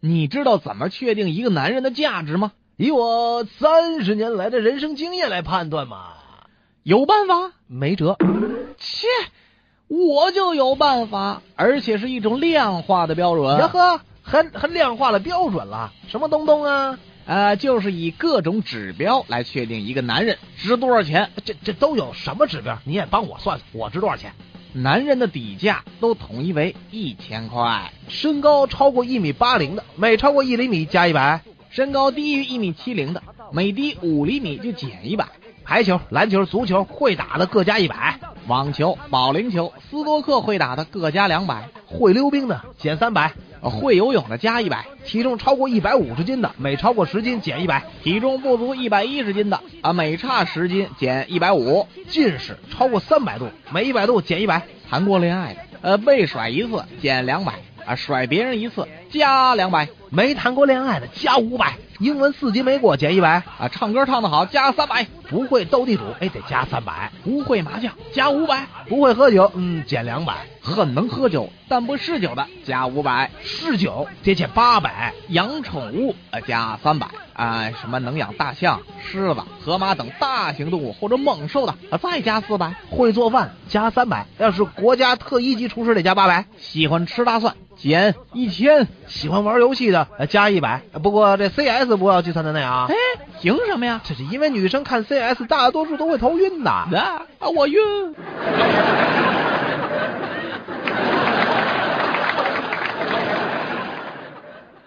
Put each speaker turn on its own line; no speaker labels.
你知道怎么确定一个男人的价值吗？
以我三十年来的人生经验来判断嘛，
有办法？
没 辙。
切，我就有办法，而且是一种量化的标准。
呀呵，还还量化了标准了，什么东东啊？
呃，就是以各种指标来确定一个男人值多少钱。
这这都有什么指标？你也帮我算算，我值多少钱？
男人的底价都统一为一千块，
身高超过一米八零的，每超过一厘米加一百；
身高低于一米七零的，每低五厘米就减一百；
排球、篮球、足球会打的各加一百；
网球、保龄球、斯多克会打的各加两百；
会溜冰的减三百；
会游泳的加一百；
体重超过一百五十斤的，每超过十斤减一百；
体重不足一百一十斤的啊，每差十斤减一百五；
近视超过三百度，每一百度减一百；
谈过恋爱的，呃，被甩一次减两百。啊，甩别人一次加两百，
没谈过恋爱的加五百，英文四级没过减一百
啊，唱歌唱得好加三百，
不会斗地主哎得加三百，
不会麻将加五百，
不会喝酒嗯减两百，
很能喝酒但不嗜酒的加五百，
嗜酒得减八百，
养宠物啊加三百啊，什么能养大象、狮子、河马等大型动物或者猛兽的啊再加四百，
会做饭加三百，要是国家特一级厨师得加八百，
喜欢吃大蒜。减一千，
喜欢玩游戏的呃加一百。不过这 CS 不要计算在内啊！
哎，凭什么呀？
这是因为女生看 CS 大多数都会头晕的。
啊，我晕。